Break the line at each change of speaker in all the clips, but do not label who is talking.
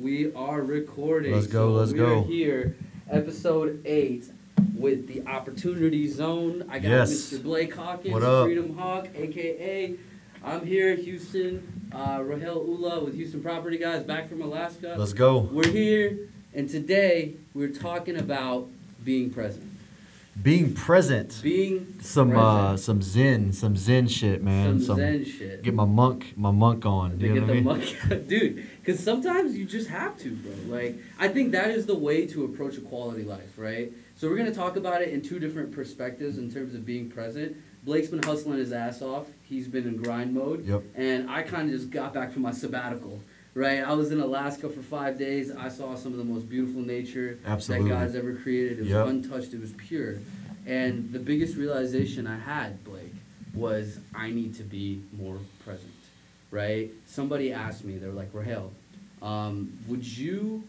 we are recording.
Let's go,
So
let's
we
go.
Are here, episode eight, with the Opportunity Zone. I got
Yes.
Mr. Blake Hawkins,
What up?
Freedom Hawk, aka. I'm here, Houston. Uh, Rahel Ula with Houston Property Guys, back from Alaska.
Let's go.
We're here, and today we're talking about being present.
Being present.
Being
Some uh,
present.
some zen, some zen shit, man.
some,
Some,
Zen shit.
get my monk, my monk on.
to get
You know what
the
I mean?
money, dude. Because sometimes you just have to, bro. Like I think that is the way to approach a quality life, right? So we're gonna talk about it in two different perspectives in terms of being present. Blake's been hustling his ass off. He's been in grind mode.
Yep.
And I kind of just got back from my sabbatical, right? I was in Alaska for five days. I saw some of the most beautiful nature
Absolutely.
that God's ever created. It was
Yep.
untouched. It was pure. And the biggest realization I had, Blake, was I need to be more present, right? Somebody asked me, they're like, Rahel, um, would you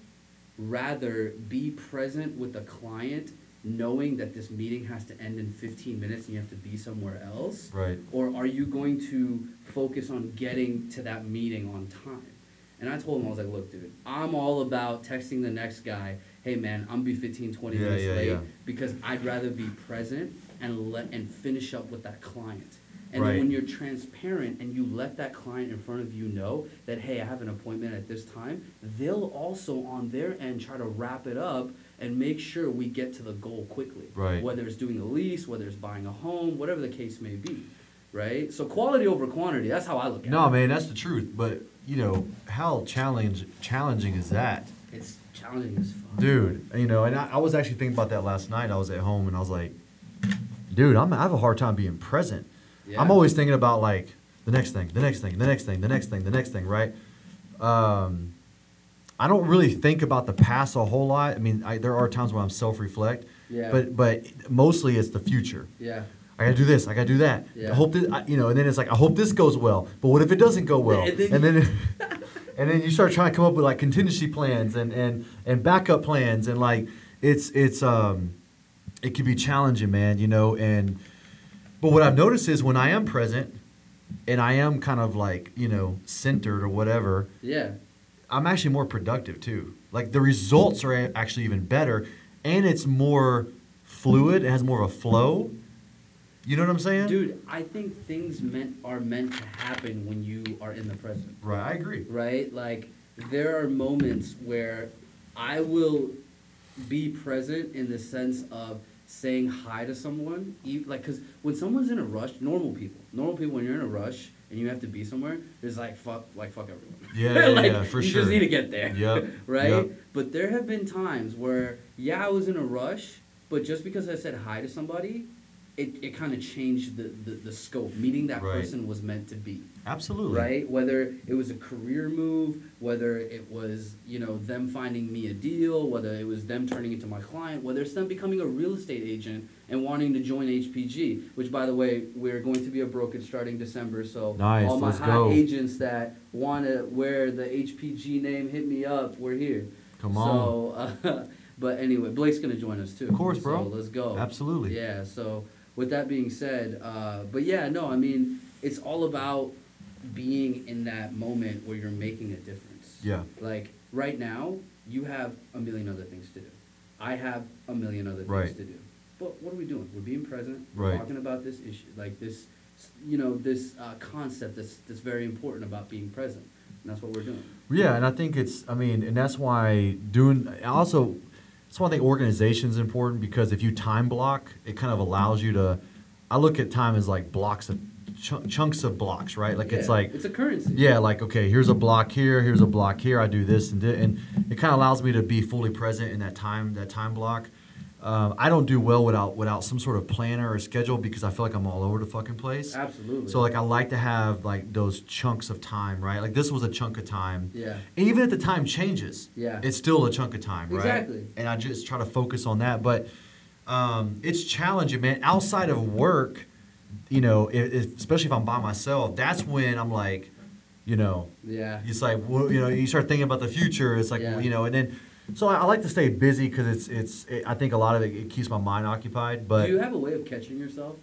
rather be present with a client knowing that this meeting has to end in 15 minutes and you have to be somewhere else?
Right.
Or are you going to focus on getting to that meeting on time? And I told him, I was like, look, dude, I'm all about texting the next guy, hey, man, I'm be 15, 20
Yeah,
minutes
yeah,
late
yeah.
because I'd rather be present and let and finish up with that client. And
Right.
then when you're transparent and you let that client in front of you know that hey, I have an appointment at this time, they'll also on their end try to wrap it up and make sure we get to the goal quickly.
Right.
Whether it's doing a lease, whether it's buying a home, whatever the case may be. Right? So quality over quantity, that's how I look at
No,
it.
man, that's the truth. But you know how challenge challenging is that,
It's challenging as fuck.
dude? You know, and I, I was actually thinking about that last night. I was at home and I was like, dude, I'm, I have a hard time being present.
Yeah.
I'm always thinking about like the next thing, the next thing, the next thing, the next thing, the next thing, right? Um, I don't really think about the past a whole lot. I mean, I, there are times where I'm self-reflect,
Yeah.
but but mostly it's the future.
Yeah.
I gotta do this. I gotta do that.
Yeah.
I hope that I- you know. And then it's like, I hope this goes well. But what if it doesn't go well?
And
And
then
then,
you-
and then, you start trying to come up with like contingency plans and and and backup plans and like it's it's um it can be challenging, man. You know. And but what I've noticed is when I am present and I am kind of like you know centered or whatever,
Yeah.
I'm actually more productive too. Like the results are a- actually even better, and it's more fluid. It has more of a flow. You know what I'm saying?
Dude, I think things meant are meant to happen when you are in the present.
Right, I agree.
right? Like there are moments where I will be present in the sense of saying hi to someone, e- like because when someone's in a rush, normal people, normal people, when you're in a rush and you have to be somewhere, there's like fuck, like fuck everyone.
Yeah, yeah,
like,
yeah, for
you
sure.
just need to get there.
Yep,
right.
yep.
But there have been times where yeah, I was in a rush, but just because I said hi to somebody. It, it kind of changed the, the, the scope. Meeting that
Right.
person was meant to be
Absolutely.
right? Whether it was a career move, whether it was you know them finding me a deal, whether it was them turning into my client, whether it's them becoming a real estate agent and wanting to join HPG. Which, by the way, we're going to be a brokerage starting December. So
Nice,
all my
let's
hot
go.
agents that want to wear the HPG name, hit me up. We're here.
Come on.
So, uh, but anyway, Blake's gonna join us too.
Of course, bro.
So let's go.
Absolutely.
Yeah. So with that being said, uh, but yeah, no, I mean, it's all about being in that moment where you're making a difference.
Yeah.
Like right now, you have a million other things to do. I have a million other things
Right.
to do. But what are we doing? We're being present. We're
Right.
talking about this issue, like this, you know, this uh, concept that's that's very important about being present, and that's what we're doing.
Yeah, and I think it's. I mean, and that's why doing. Also, that's why I think organization is important because if you time block, it kind of allows you to. I look at time as like blocks of chunk chunks of blocks, right? Like it's
Yeah,
like
it's a currency.
Yeah, like okay, here's a block here, here's a block here. I do this and thi- and it kind of allows me to be fully present in that time that time block. Um, I don't do well without without some sort of planner or schedule because I feel like I'm all over the fucking place.
Absolutely.
So like I like to have like those chunks of time, right? Like this was a chunk of time.
Yeah.
And even if the time changes,
Yeah.
it's still a chunk of time, right?
Exactly.
And I just try to focus on that, but um, it's challenging, man. Outside of work, you know, if, if, especially if I'm by myself, that's when I'm like, you know,
Yeah.
it's like well, you know, you start thinking about the future. It's like
Yeah.
you know, and then so I, I like to stay busy because it's it's it, I think a lot of it, it keeps my mind occupied, but
Do you have a way of catching yourself?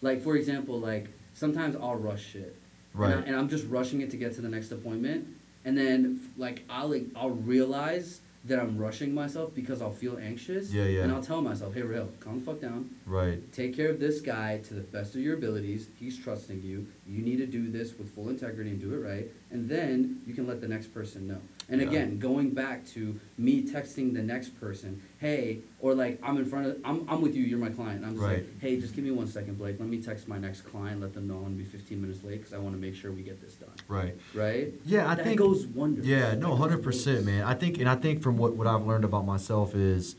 Like, for example, like sometimes I'll rush shit. And,
Right.
I, am just rushing it to get to the next appointment. and then f- like I'll like, I'll realize that I'm rushing myself because I'll feel anxious.
Yeah, yeah.
And I'll tell myself, hey, real, calm the fuck down.
Right.
Take care of this guy to the best of your abilities. He's trusting you. You need to do this with full integrity and do it right. And then you can let the next person know. And
Yeah.
again, going back to me texting the next person, hey, or like I'm in front of, I'm, I'm with you, you're my client. I'm just
Right.
like, hey, just give me one second, Blake. Let me text my next client, let them know I'm going to be 15 minutes late because I want to make sure we get this done.
Right.
Right?
Yeah, I
that
think
goes wonders.
Yeah,
That
no,
goes
hundred percent,
wonders.
man. I think, and I think from what, what I've learned about myself is,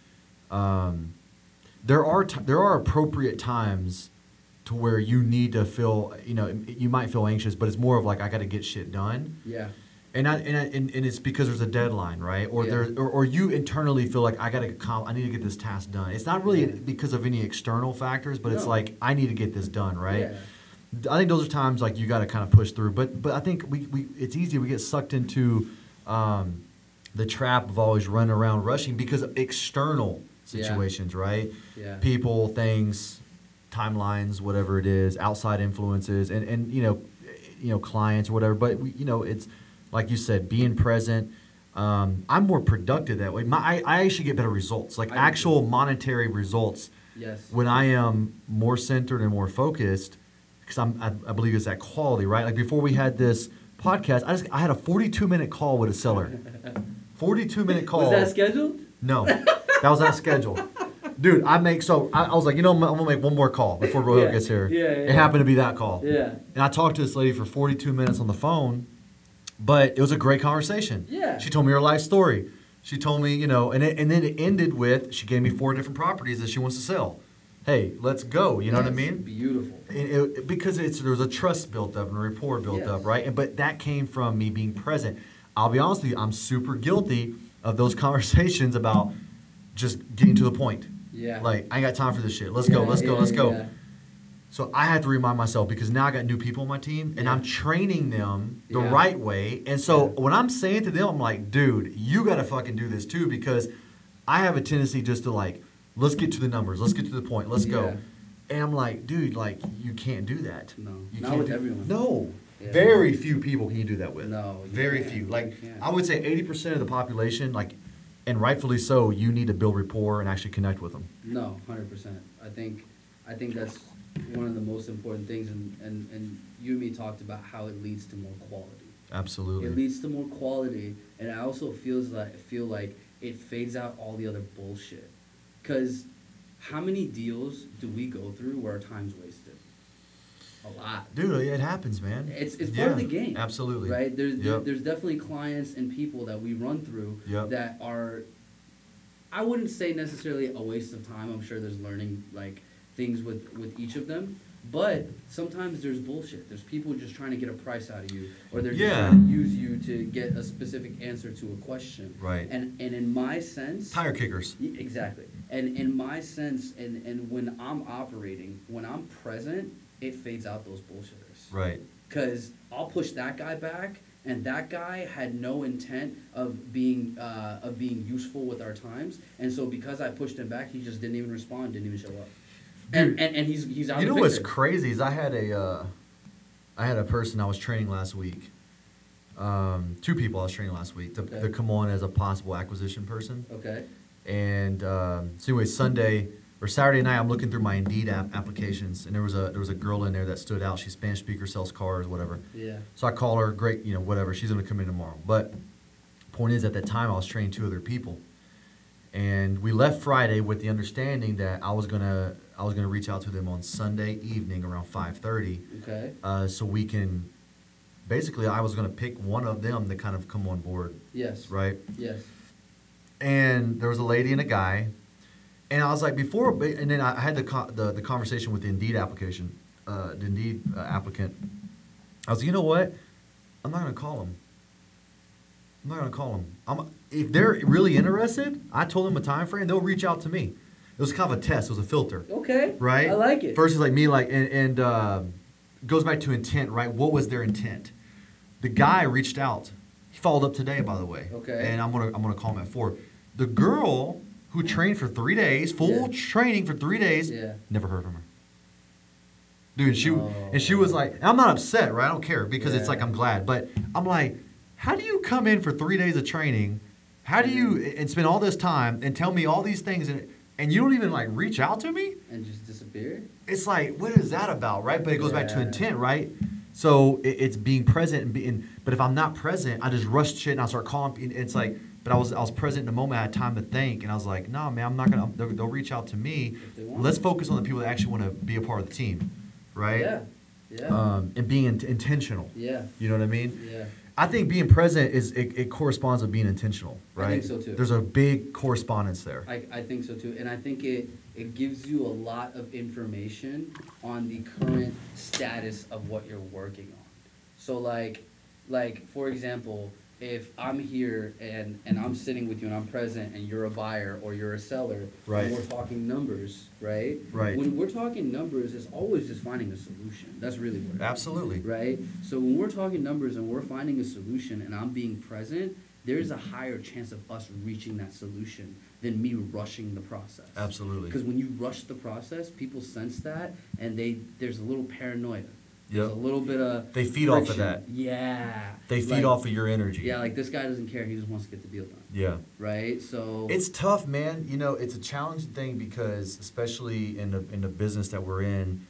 um, there are t- there are appropriate times to where you need to feel, you know, you might feel anxious, but it's more of like I got to get shit done,
Yeah.
and I, and, I, and and it's because there's a deadline, right? Or
Yeah.
there or, or you internally feel like I got to com- I need to get this task done. It's not really
Yeah.
because of any external factors, but it's
No.
like I need to get this done, right?
Yeah.
I think those are times like you got to kind of push through. But but I think we, we it's easy we get sucked into um, the trap of always running around rushing because of external
Yeah.
situations, right?
Yeah.
People, things, timelines, whatever it is, outside influences, and and you know, you know, clients or whatever. But we, you know, it's like you said, being present. Um, I'm more productive that way. My I, I actually get better results, like
I do too.
actual monetary results
Yes.
when I am more centered and more focused, because I'm I, I believe it's that quality, right? Like before we had this podcast, I just I had a 42 minute call with a seller, 42 minute call.
Was that scheduled?
no, that was not scheduled. Dude, I make so I, I was like, you know, I'm, I'm gonna make one more call before Rojo
Yeah,
gets here.
yeah, yeah,
it
yeah.
happened to be that call.
Yeah.
And I talked to this lady for 42 minutes on the phone, but it was a great conversation.
Yeah.
She told me her life story. She told me, you know, and, it, and then it ended with she gave me four different properties that she wants to sell. Hey, let's go. You know what I
That's
mean?
Beautiful.
And it, because it's there was a trust built up and a rapport built up,
Yes.
right? And but that came from me being present. I'll be honest with you, I'm super guilty of those conversations about just getting to the point.
Yeah.
Like I ain't got time for this shit. Let's go.
Yeah,
Let's go.
yeah,
Let's go.
yeah.
So I have to remind myself because now I got new people on my team and
Yeah.
I'm training them the
Yeah.
right way. And so
Yeah.
when I'm saying to them, I'm like, dude, you got to fucking do this too because I have a tendency just to like, let's get to the numbers, let's get to the point, let's
Yeah.
go. And I'm like, dude, like you can't do that.
No.
you
Not
can't
with
do-
everyone.
No,
Yeah.
very few people can you do that with.
No, you
very
can't.
few.
You
Like
can't.
I would say, eighty percent of the population, like, and rightfully so, you need to build rapport and actually connect with them.
No, hundred percent. I think, I think that's one of the most important things, and, and, and you and me talked about how it leads to more quality.
Absolutely.
It leads to more quality, and I also feels like feel like it fades out all the other bullshit. Cause how many deals do we go through where our time's wasted? A lot.
Dude, it happens, man.
It's, it's part of the game.
Absolutely.
Right? There's, there-
Yep.
there's definitely clients and people that we run through
Yep.
that are, I wouldn't say necessarily a waste of time. I'm sure there's learning like things with, with each of them. But sometimes there's bullshit. There's people just trying to get a price out of you, or they're just
Yeah.
trying to use you to get a specific answer to a question.
Right.
And and in my sense,
Tire kickers.
Y- Exactly. And in my sense, and, and when I'm operating, when I'm present, it fades out those bullshitters.
Right.
Because I'll push that guy back, and that guy had no intent of being uh, of being useful with our times. And so because I pushed him back, he just didn't even respond, didn't even show up. And,
Dude,
and, and he's he's out.
You
of
know
the
what's
picture.
crazy is I had a, uh, I had a person I was training last week. Um, two people I was training last week to,
Okay.
to come on as a possible acquisition person.
Okay.
And um, so anyway, Sunday or Saturday night, I'm looking through my Indeed app applications, and there was a there was a girl in there that stood out. She's Spanish speaker, sells cars, whatever.
Yeah.
So I call her, great, you know, whatever. She's gonna come in tomorrow. But point is, at that time, I was training two other people, and we left Friday with the understanding that I was gonna I was gonna reach out to them on Sunday evening around five thirty,
Okay.
uh, so we can basically I was gonna pick one of them to kind of come on board,
Yes.
right?
Yes.
and there was a lady and a guy, and I was like before, and then I had the co- the, the conversation with the Indeed application, uh, the Indeed uh, applicant. I was, like, you know what, I'm not gonna call him. I'm not gonna call them. I'm, if they're really interested, I told them a time frame. They'll reach out to me. It was kind of a test. It was a filter
Okay.
right?
I like it.
Versus like me, like and, and uh, goes back to intent, right? What was their intent? The guy reached out. He followed up today, by the way.
Okay.
And I'm gonna I'm gonna call him at four. The girl who trained for three days, full
Yeah.
training for three days,
Yeah.
never heard from her. Dude, she
No.
and she was like, and I'm not upset, right? I don't care because it's
Oh. Yeah.
like I'm glad, but I'm like, how do you come in for three days of training, how do
Mm-hmm.
you and spend all this time and tell me all these things and and you don't even like reach out to me?
and just disappear.
It's like what is that about, right? But it goes back to
Yeah.
intent, right? So it, it's being present and being. But if I'm not present, I just rush shit and I start calling. And it's like, but I was I was present in the moment. I had time to think, and I was like, no, man, I'm not gonna. They'll, they'll reach out to me.
If they want.
Let's focus on the people that actually want to be a part of the team, right?
Yeah. Yeah.
Um, and being int- intentional.
yeah.
You know what I mean?
Yeah.
I think being present is it, it corresponds with being intentional,
I
right?
think so, too.
There's a big correspondence there.
I, I think so too. And I think it, it gives you a lot of information on the current status of what you're working on. So like like for example, if I'm here and, and I'm sitting with you and I'm present and you're a buyer or you're a seller
Right.
and we're talking numbers, right?
Right.
When we're talking numbers, it's always just finding a solution. That's really what it is
Absolutely.
right? So when we're talking numbers and we're finding a solution and I'm being present, there's a higher chance of us reaching that solution than me rushing the process.
Absolutely.
Because when you rush the process, people sense that and they there's a little paranoia. There's
Yep.
a little bit of
They feed off of
friction.
that.
Yeah.
They feed
Like-
off of your energy.
Yeah, like this guy doesn't care, he just wants to get the deal done.
yeah.
Right? So
It's tough, man. You know, it's a challenging thing because, especially in the in the business that we're in,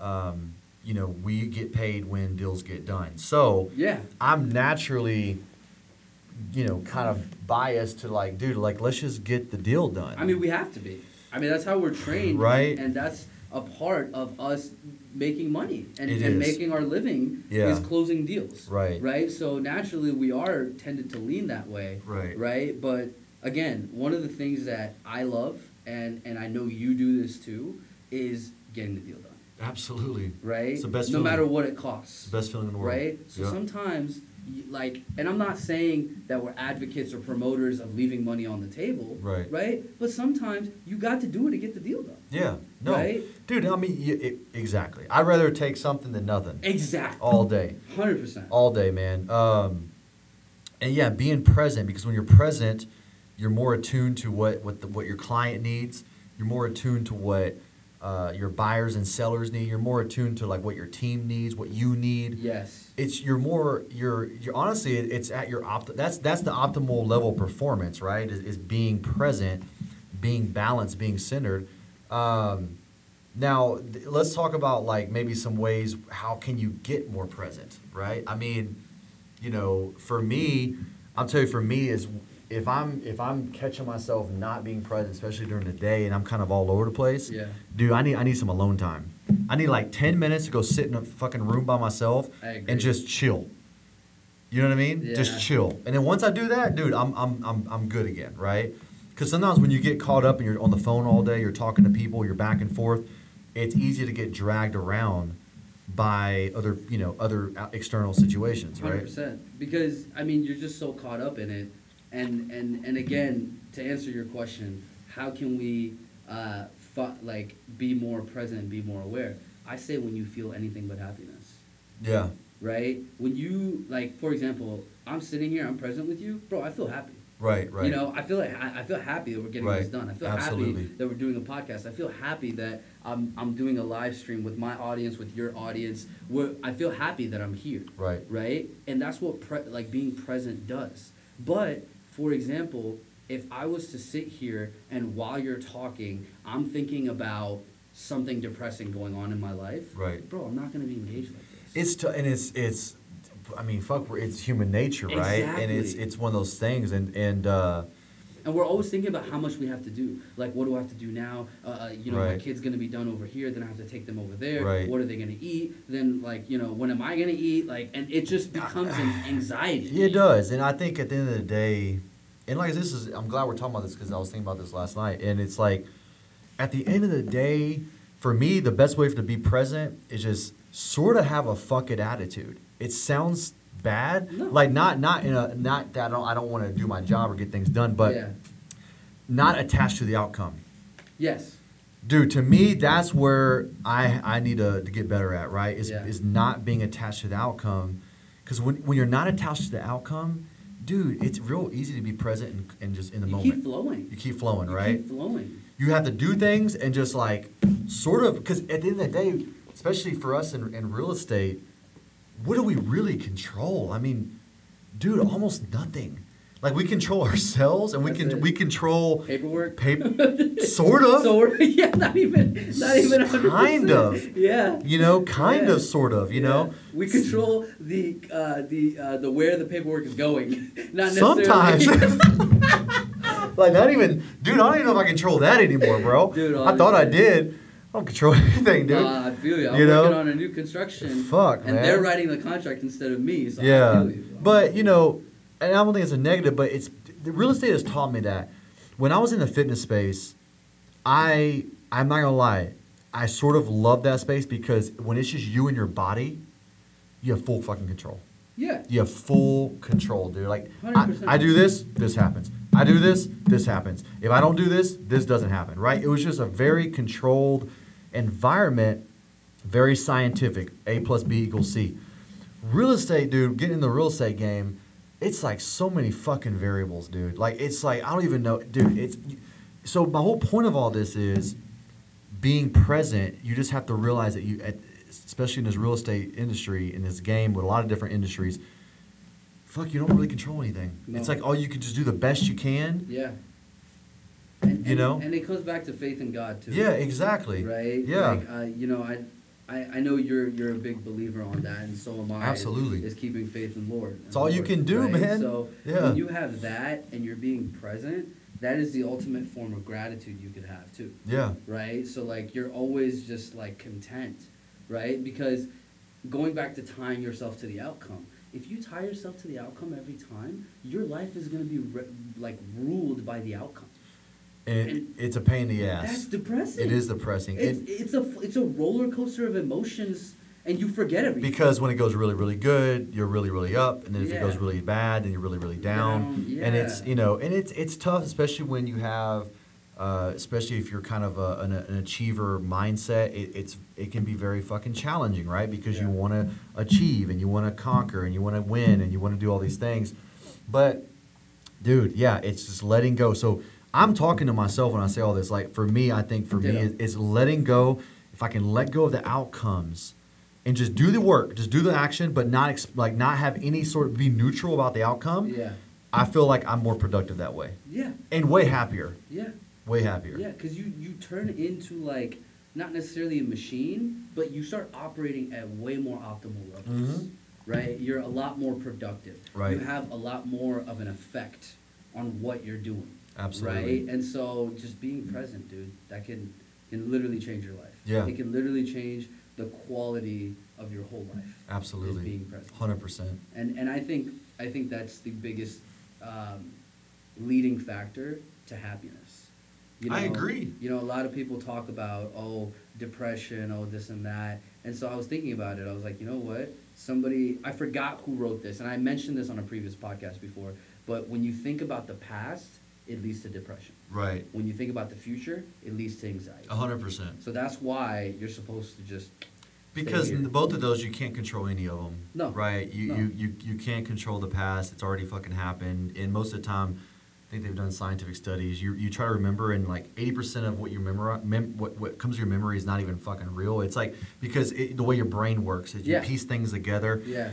um, you know, we get paid when deals get done. So
Yeah.
I'm naturally, you know, kind of biased to like, dude, like let's just get the deal done.
I mean, we have to be. I mean, that's how we're trained,
Right.
And that's a part of us making money and,
It
and
is.
making our living
Yeah.
is closing deals,
Right.
Right. So naturally, we are tended to lean that way,
Right.
Right. But again, one of the things that I love, and and I know you do this too, is getting the deal done,
absolutely.
right?
It's the best
no
feeling.
matter what it costs,
Best feeling in the world.
right? So
Yeah.
sometimes, y- like, and I'm not saying that we're advocates or promoters of leaving money on the table,
Right.
Right? But sometimes you got to do it to get the deal done.
Yeah. No.
Right?
Dude, I mean, y it, exactly. I'd rather take something than nothing
Exactly.
all day.
Hundred percent.
all day, man. Um, and yeah, being present because when you're present, you're more attuned to what what the, what your client needs. You're more attuned to what uh, your buyers and sellers need. You're more attuned to like what your team needs, what you need.
Yes.
It's you're more you're you're honestly it, it's at your opt that's that's the optimal level of performance, right? Is, is being present, being balanced, being centered. Um, now th- let's talk about like maybe some ways how can you get more present, right? I mean, you know, for me, I'll tell you, for me is if I'm if I'm catching myself not being present, especially during the day, and I'm kind of all over the place.
Yeah.
Dude, I need I need some alone time. I need like ten minutes to go sit in a fucking room by myself
I agree.
and just chill. You know what I mean?
Yeah.
Just chill. And then once I do that, dude, I'm I'm I'm I'm good again, right? Because sometimes when you get caught up and you're on the phone all day, you're talking to people, you're back and forth, it's easy to get dragged around by other you know other uh, external situations,
Hundred
right?
percent. Because I mean, you're just so caught up in it, and and and again, to answer your question, how can we, uh, fu- like, be more present, and be more aware? I say when you feel anything but happiness,
Yeah.
right? When you like, for example, I'm sitting here, I'm present with you, bro. I feel happy.
Right. Right.
You know, I feel like I, I feel happy that we're getting this
Right.
done. I feel
Absolutely.
happy that we're doing a podcast. I feel happy that I'm I'm doing a live stream with my audience, with your audience. We're, I feel happy that I'm here.
Right.
Right. And that's what pre- like being present does. But for example, if I was to sit here and while you're talking, I'm thinking about something depressing going on in my life.
Right.
Bro, I'm not going to be engaged like this.
It's t- and it's it's, I mean, fuck, we're- it's human nature, right? And it's
Exactly.
it's one of those things, and and uh,
And we're always thinking about how much we have to do. Like, what do I have to do now? Uh, Uh, you know, my
Right.
kid's gonna be done over here. Then I have to take them over there.
Right.
What are they gonna eat? Then, like, you know, when am I gonna eat? Like, and it just becomes an anxiety.
Yeah, it does. And I think at the end of the day, and like this is, I'm glad we're talking about this because I was thinking about this last night. And it's like, at the end of the day, for me, the best way to be present is just sort of have a fuck it attitude. It sounds bad,
No.
like not not in a not that I don't I don't want to do my job or get things done, but
Yeah.
not attached to the outcome.
Yes.
Dude, to me, that's where I I need to, to get better at, right? Is,
Yeah.
is not being attached to the outcome. Because when, when you're not attached to the outcome, dude, it's real easy to be present and, and just in the
you
moment.
keep flowing.
You keep flowing,
You
right?
Keep flowing.
you have to do things and just like sort of, because at the end of the day, especially for us in, in real estate, what do we really control? I mean, dude, almost nothing. Like we control ourselves and we
That's
can
it.
we control
Paperwork.
paper, sort of.
So we're, yeah, not even not even 100%.
Kind of.
Yeah.
you know, kind
Yeah.
of, sort of. You know,
we control the uh, the uh, the where the paperwork is going, not necessarily.
sometimes. like not even, dude. I don't even know if I control that anymore, bro.
Dude,
I thought I
honestly.
did. I don't control anything, dude.
Nah, Uh, I feel you. I'm
You know?
working on a new construction.
Fuck,
and
man.
they're writing the contract instead of me. So I
yeah,
feel you.
but you know, and I don't think it's a negative, but it's the real estate has taught me that when I was in the fitness space, I I'm not gonna lie, I sort of love that space because when it's just you and your body, you have full fucking control.
yeah,
You have full control, dude. Like I,
100%.
I do this, this happens. I do this, this happens. If I don't do this, this doesn't happen. Right? It was just a very controlled environment, very scientific. A plus B equals C. Real estate, dude. Getting in the real estate game, it's like so many fucking variables, dude. Like it's like I don't even know, dude. It's so my whole point of all this is being present, you just have to realize that you, at- especially in this real estate industry, in this game with a lot of different industries, fuck, you don't really control anything. It's
No.
like all you can just do the best you can.
yeah. And,
You
and-
know?
and it comes back to faith in God too.
Yeah, exactly.
Right.
Yeah.
Like, uh, you know, I, I, I know you're you're a big believer on that, and so am I.
Absolutely.
Is keeping faith in Lord.
It's all you can do, man.
So
Yeah.
when you have that, and you're being present, that is the ultimate form of gratitude you could have too.
Yeah.
right? So like you're always just like content, right? Because going back to tying yourself to the outcome, if you tie yourself to the outcome every time, your life is gonna be re- like ruled by the outcome.
And it,
And
it's a pain in the
That's
ass.
depressing.
It is depressing.
It's,
It,
it's a it's a roller coaster of emotions, and you forget everything.
because when it goes really, really good, you're really, really up, and then if it goes
Yeah.
really bad, then you're really, really down.
Down,
And it's
yeah.
you know, and it's it's tough, especially when you have, uh, especially if you're kind of a, an, an achiever mindset. It, it's it can be very fucking challenging, right? Because you
Yeah.
want to achieve and you want to conquer and you want to win and you want to do all these things, but dude, yeah, it's just letting go. So I'm talking to myself when I say all this. Like for me, I think for me,
Ditto.
it- it's letting go. If I can let go of the outcomes and just do the work, just do the action, but not ex- like not have any sort of be neutral about the outcome.
yeah,
I feel like I'm more productive that way
yeah,
and way happier,
yeah.
way happier.
Yeah, because you you turn into like not necessarily a machine, but you start operating at way more optimal levels,
Mhm.
right? You're a lot more productive.
Right.
You have a lot more of an effect on what you're doing.
Absolutely.
Right, and so just being present, dude, that can can literally change your life.
Yeah.
It can literally change the quality of your whole life. is
Absolutely,
being present
hundred percent.
and and I think I think that's the biggest um, leading factor to happiness. You know,
I agree.
You know, a lot of people talk about oh depression, oh this and that, and so I was thinking about it. I was like, you know what? Somebody I forgot who wrote this, and I mentioned this on a previous podcast before. But when you think about the past, it leads to depression.
Right,
When you think about the future, it leads to anxiety.
hundred percent.
So that's why you're supposed to just
Because
here.
n both of those, you can't control any of them.
No.
Right? You,
No.
you, you, you can't control the past. It's already fucking happened. And most of the time, I think they've done scientific studies. You, you try to remember, and like 80% of what you remember, mem- what, what comes to your memory is not even fucking real. It's like because it, the way your brain works, is you
Yeah.
piece things together.
yeah.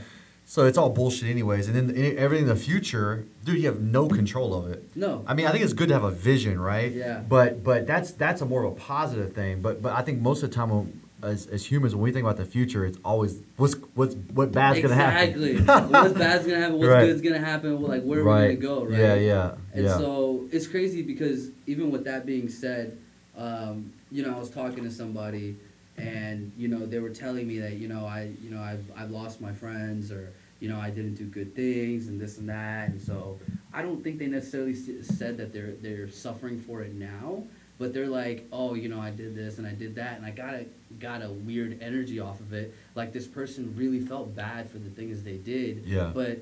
So it's all bullshit, anyways. And then and everything in the future, dude, you have no control of it.
No.
I mean, I think it's good to have a vision, right?
Yeah.
But but that's that's a more of a positive thing. But but I think most of the time, when, as, as humans, when we think about the future, it's always what's what's what bad's
exactly.
gonna happen.
what's bad's gonna happen? What's
Right.
good's gonna happen? Well, like where are we
right.
gonna go? Right.
Yeah. Yeah.
And
yeah.
so it's crazy because even with that being said, um, you know, I was talking to somebody, and you know, they were telling me that you know I you know I've I've lost my friends or you know I didn't do good things and this and that, and so I don't think they necessarily s- said that they're they're suffering for it now. But they're like, oh, you know, I did this and I did that, and I got a got a weird energy off of it. Like this person really felt bad for the things they did,
Yeah.
but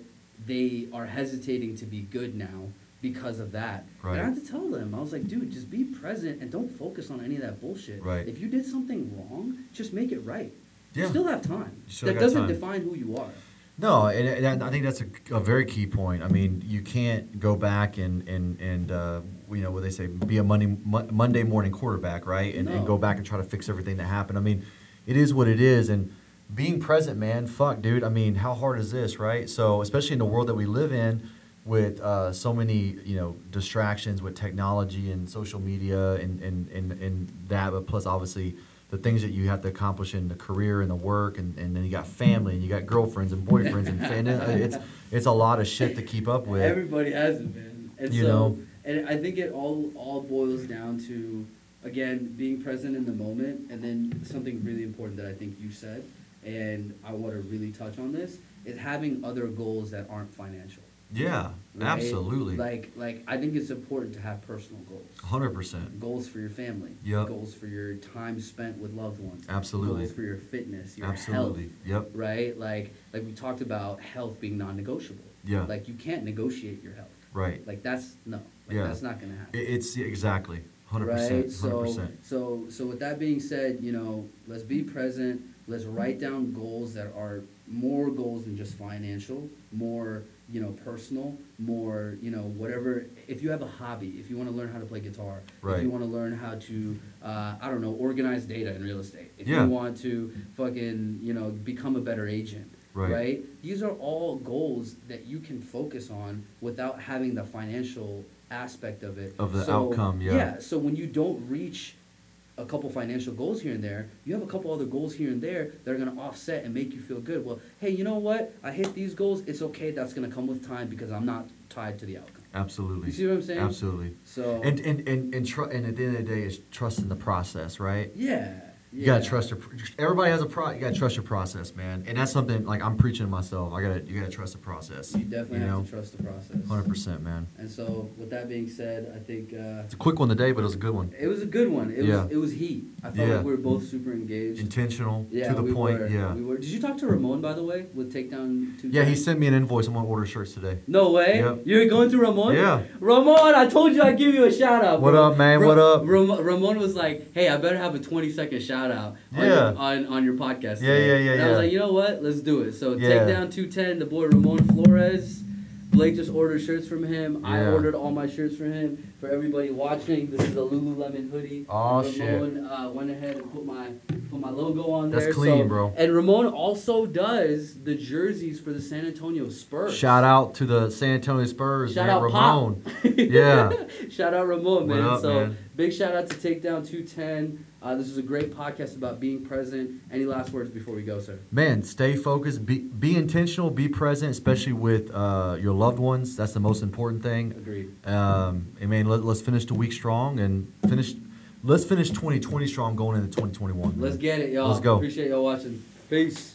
they are hesitating to be good now because of that. And
Right.
I had to tell them, I was like, dude, just be present and don't focus on any of that bullshit.
Right.
If you did something wrong, just make it right.
Yeah.
You still have time.
You still
that
got
doesn't
time.
define who you are.
No, and, and I think that's a, a very key point. I mean, you can't go back and and and uh, you know what they say, be a Monday Mon- Monday morning quarterback, right? And, and
No.
go back and try to fix everything that happened. I mean, it is what it is, and being present, man, fuck, dude. I mean, how hard is this, right? So, especially in the world that we live in, with uh, so many, you know, distractions with technology and social media and and and, and that, but plus obviously the things that you have to accomplish in the career and the work, and, and then you got family and you got girlfriends and boyfriends and, and it's it's a lot of shit to keep up with.
Everybody has it, man. And
You
so,
know?
and I think it all all boils down to again being present in the moment, and then something really important that I think you said, and I want to really touch on this is having other goals that aren't financial.
yeah,
right?
absolutely,
Like like I think it's important to have personal goals.
hundred percent.
Goals for your family.
Yep.
Goals for your time spent with loved ones.
Absolutely.
Goals for your fitness, your
Absolutely.
health
Yep.
right? Like like we talked about health being non-negotiable.
Yeah.
Like you can't negotiate your health.
Right.
Like that's no. Like
Yeah.
That's not gonna
It-
happen.
It's exactly hundred
right.
percent. Hundred
So
percent.
so so with that being said, you know, let's be present. Let's write down goals that are more goals than just financial, more you know personal, more you know whatever. If you have a hobby, if you want to learn how to play guitar, if
Right.
you want to learn how to uh, I don't know organize data in real estate, if
Yeah.
you want to fucking you know become a better agent,
Right.
right? These are all goals that you can focus on without having the financial aspect of it.
Of the outcome, yeah.
Yeah. So when you don't reach a couple financial goals here and there, you have a couple other goals here and there that are gonna offset and make you feel good. Well, hey, you know what? I hit these goals. It's okay. That's gonna come with time because I'm not tied to the outcome.
Absolutely.
You see what I'm saying?
Absolutely.
So
And and and and, tr- and at the end of the day, it's trusting the process, right?
yeah, yeah.
You gotta trust your. pr- Everybody has a pro. You gotta trust your process, man. And that's something like I'm preaching to myself. I gotta. You gotta trust the process.
You definitely
you know?
have to trust the process.
Hundred percent, man.
And so, with that being said, I think. Uh,
It's a quick one today, but it was a good one.
It was a good one. It
Yeah.
was it was heat. I felt
Yeah.
like we were both super engaged.
Intentional,
yeah,
to the
we
point.
Were,
yeah.
we were. Did you talk to Ramon by the way with Takedown Two?
yeah, he sent me an invoice. I'm gonna order shirts today.
No way.
Yep.
You're going to Ramon.
Yeah.
Ramon, I told you I'd give you a shout out.
What
bro.
up, man?
Ra-
What up?
Ram- Ramon was like, "Hey, I better have a 20 second shout out on,
Yeah.
your, on on your podcast."
Yeah,
today."
yeah, yeah,
And I was
yeah.
like, "You know what? Let's do it." So
Yeah.
Takedown 210, the boy Ramon Flores. Blake just ordered shirts from him. I
Yeah.
ordered all my shirts from him. For everybody watching, this is a Lululemon hoodie.
Aw,
Ramon,
Oh, shit.
Uh, went ahead and put my put my logo on
That's
there.
clean,
so-
bro.
And Ramon also does the jerseys for the San Antonio Spurs.
Shout out to the San Antonio Spurs,
Shout
man.
out
Ramon.
Pop.
Yeah.
shout out Ramon,
What
man.
up,
so
man?
big shout out to Takedown 210. Uh, this is a great podcast about being present. Any last words before we go, sir?
man stay focused be, be intentional be present especially with uh, your loved ones that's the most important thing
Agreed.
um, and man let, let's finish the week strong and finish let's finish 2020 strong going into 2021 man.
Let's get it, y'all.
Let's go.
Appreciate y'all watching. Peace.